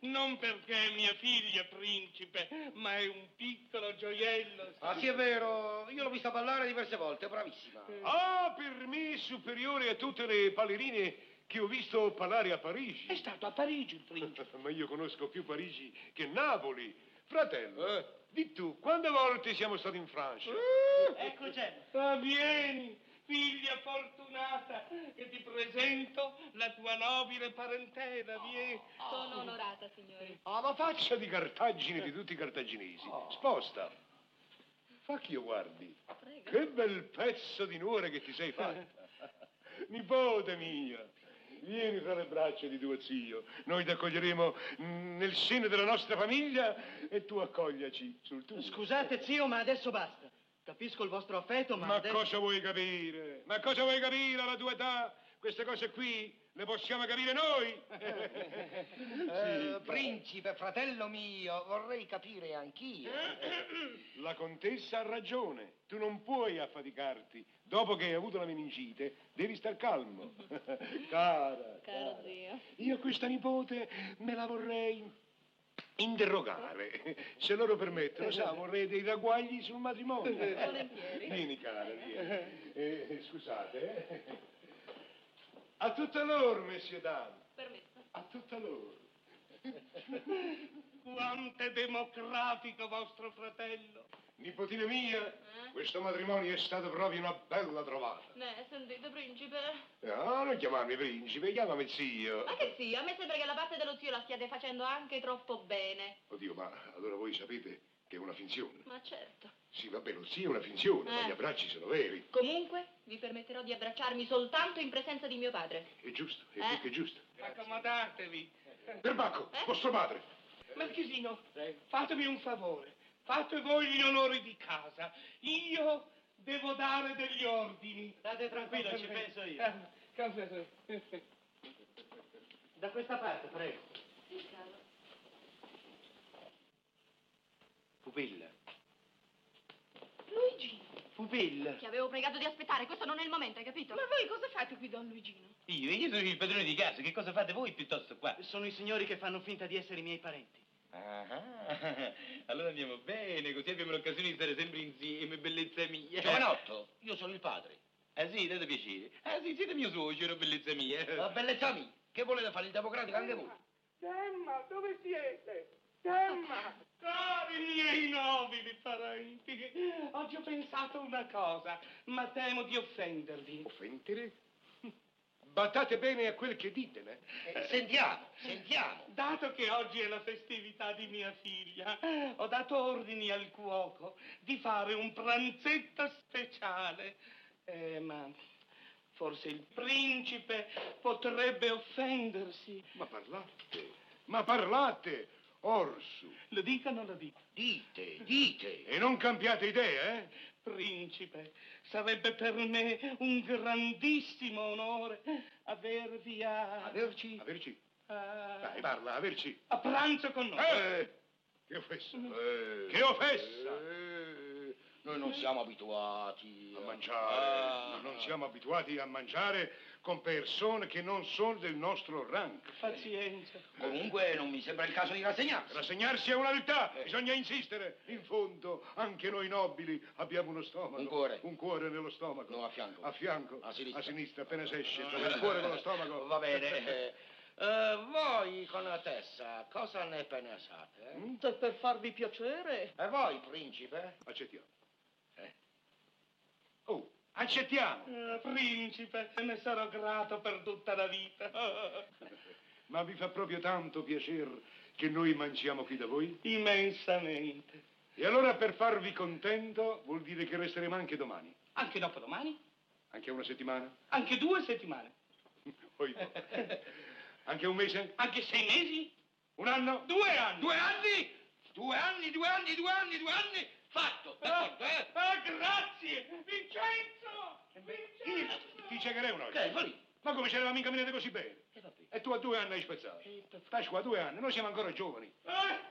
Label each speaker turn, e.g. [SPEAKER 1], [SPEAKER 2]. [SPEAKER 1] non perché è mia figlia, principe, ma è un piccolo gioiello.
[SPEAKER 2] Ah, sì, è vero. Io l'ho vista ballare diverse volte, bravissima.
[SPEAKER 1] Mm.
[SPEAKER 3] Ah, per me superiore a tutte le ballerine che ho visto parlare a
[SPEAKER 1] È
[SPEAKER 3] Parigi.
[SPEAKER 1] stato a Parigi il principe.
[SPEAKER 3] Ma io conosco più Parigi che Napoli. Fratello,
[SPEAKER 1] Eh?
[SPEAKER 3] di tu, quante volte siamo stati in Francia?
[SPEAKER 4] Ecco Gemma.
[SPEAKER 1] Ah, vieni, figlia fortunata, che ti presento la tua nobile parentela, vieni.
[SPEAKER 5] Sono onorata, signore.
[SPEAKER 3] Alla faccia di Cartagine di tutti i cartaginesi.
[SPEAKER 4] Oh.
[SPEAKER 3] Sposta. Fa che io guardi. Che bel pezzo di nuora che ti sei fatta. Nipote mia. Vieni fra le braccia di tuo zio. Noi ti accoglieremo mm, nel seno della nostra famiglia e tu accogliaci sul tuo.
[SPEAKER 4] Scusate zio, ma adesso basta. Capisco il vostro affetto, ma,
[SPEAKER 3] Ma
[SPEAKER 4] adesso...
[SPEAKER 3] cosa vuoi capire? Ma cosa vuoi capire alla tua età? Queste cose qui le possiamo capire noi.
[SPEAKER 2] Eh, principe, fratello mio, vorrei capire anch'io.
[SPEAKER 3] La contessa ha ragione. Tu non puoi affaticarti. Dopo che hai avuto la meningite, devi star calmo. cara, cara.
[SPEAKER 5] Caro zio.
[SPEAKER 3] Io questa nipote me la vorrei interrogare. Se loro permettono, sa, vorrei dei ragguagli sul matrimonio.
[SPEAKER 5] Volentieri.
[SPEAKER 3] Vieni, cara, vieni. Eh, scusate, eh. A tutta loro, messieurs dames.
[SPEAKER 5] Permesso.
[SPEAKER 3] A tutta loro.
[SPEAKER 1] Quanto è democratico vostro fratello.
[SPEAKER 3] Nipotina mia,
[SPEAKER 5] Eh?
[SPEAKER 3] questo matrimonio è stato proprio una bella trovata.
[SPEAKER 5] Ne, sentite, principe.
[SPEAKER 3] No, Eh, ah, non chiamarmi principe, chiamami zio.
[SPEAKER 5] Ma che zio, a me sembra che la parte dello zio la stiate facendo anche troppo bene.
[SPEAKER 3] Oddio, ma allora voi sapete che è una finzione.
[SPEAKER 5] Ma certo.
[SPEAKER 3] Sì, va bene, lo zio è una finzione, ma
[SPEAKER 5] Eh.
[SPEAKER 3] gli abbracci sono veri.
[SPEAKER 5] Comunque, vi permetterò di abbracciarmi soltanto in presenza di mio padre.
[SPEAKER 3] È giusto, è
[SPEAKER 5] Eh.
[SPEAKER 3] più che giusto.
[SPEAKER 1] Accomodatevi.
[SPEAKER 3] Perbacco,
[SPEAKER 5] Eh.
[SPEAKER 3] vostro padre.
[SPEAKER 1] Marchesino, fatemi un favore. Fate voi gli onori di casa. Io devo dare degli ordini.
[SPEAKER 4] State tranquillo, ci penso io.
[SPEAKER 1] Eh, calma, eh.
[SPEAKER 4] Da questa parte, prego.
[SPEAKER 5] Sì, caro.
[SPEAKER 4] Pupilla.
[SPEAKER 5] Luigino,
[SPEAKER 4] Pupilla.
[SPEAKER 5] ti avevo pregato di aspettare, questo non è il momento, hai capito? Ma voi cosa fate qui, don Luigino?
[SPEAKER 6] Io, io sono il padrone di casa, che cosa fate voi piuttosto qua?
[SPEAKER 4] Sono i signori che fanno finta di essere i miei parenti.
[SPEAKER 6] Ah, allora andiamo bene, così abbiamo l'occasione di stare sempre insieme, bellezza mia.
[SPEAKER 7] Giovanotto, Cioè, io sono il padre.
[SPEAKER 6] Ah sì, date piacere. Ah sì, siete mio suocero, bellezza
[SPEAKER 7] La
[SPEAKER 6] mia.
[SPEAKER 7] bellezza mia, che volete fare il democratico anche voi?
[SPEAKER 1] Gemma, dove siete? Gemma! Cari miei nobili parenti, oggi ho pensato una cosa, ma temo di offendervi.
[SPEAKER 3] Offendere? Battate bene a quel che ditene.
[SPEAKER 7] Eh, sentiamo, sentiamo.
[SPEAKER 1] Dato che oggi è la festività di mia figlia, ho dato ordini al cuoco di fare un pranzetto speciale. Eh, ma forse il principe potrebbe offendersi.
[SPEAKER 3] Ma parlate, ma parlate, Orsu.
[SPEAKER 1] Lo dica o non lo dica?
[SPEAKER 7] Dite, dite.
[SPEAKER 3] E non cambiate idea, eh?
[SPEAKER 1] Principe, sarebbe per me un grandissimo onore avervi a...
[SPEAKER 7] Averci?
[SPEAKER 3] Averci.
[SPEAKER 1] a-
[SPEAKER 3] Dai, parla, averci.
[SPEAKER 1] a pranzo con noi.
[SPEAKER 3] Eh, che Eh, offesa. Che offesa.
[SPEAKER 7] Eh, noi non siamo abituati
[SPEAKER 3] a
[SPEAKER 7] eh.
[SPEAKER 3] mangiare.
[SPEAKER 7] Ah.
[SPEAKER 3] non siamo abituati a mangiare con persone che non sono del nostro rank.
[SPEAKER 1] Pazienza.
[SPEAKER 7] Comunque non mi sembra il caso di rassegnarsi.
[SPEAKER 3] Rassegnarsi è una viltà,
[SPEAKER 7] Eh.
[SPEAKER 3] bisogna insistere. In fondo, anche noi nobili abbiamo uno stomaco.
[SPEAKER 7] Un cuore.
[SPEAKER 3] Un cuore nello stomaco.
[SPEAKER 7] No, a fianco.
[SPEAKER 3] A fianco.
[SPEAKER 7] A sinistra. Ah.
[SPEAKER 3] appena si esce. Trova il cuore con lo stomaco.
[SPEAKER 7] Va bene. eh. Eh, voi con la testa, cosa ne pensate? eh?
[SPEAKER 4] Per farvi piacere.
[SPEAKER 7] E voi, principe?
[SPEAKER 3] Accettiamo.
[SPEAKER 7] Eh.
[SPEAKER 3] Oh, accettiamo.
[SPEAKER 1] Eh, principe, ne sarò grato per tutta la vita.
[SPEAKER 7] Eh!
[SPEAKER 3] Ma vi fa proprio tanto piacere che noi mangiamo qui da voi?
[SPEAKER 1] Immensamente.
[SPEAKER 3] E allora per farvi contento vuol dire che resteremo anche domani.
[SPEAKER 1] Anche dopodomani?
[SPEAKER 3] Anche una settimana?
[SPEAKER 1] Anche due settimane?
[SPEAKER 3] Poi no. Anche un mese?
[SPEAKER 1] Anche sei mesi?
[SPEAKER 3] Un anno?
[SPEAKER 1] Due anni?
[SPEAKER 7] Due anni? Due anni, due anni, due anni, due anni? Fatto,
[SPEAKER 1] Ah,
[SPEAKER 7] d'accordo, eh?
[SPEAKER 1] ah, grazie! Vincenzo!
[SPEAKER 3] Io
[SPEAKER 1] Vincenzo!
[SPEAKER 3] ti ciecherei una
[SPEAKER 7] Che,
[SPEAKER 3] volta.
[SPEAKER 7] Fali?
[SPEAKER 3] Ma come c'eravamo mica camminate così bene?
[SPEAKER 7] E va bene.
[SPEAKER 3] E tu a due anni hai spezzato. Pasqua, a due anni, noi siamo ancora giovani.
[SPEAKER 1] Ah,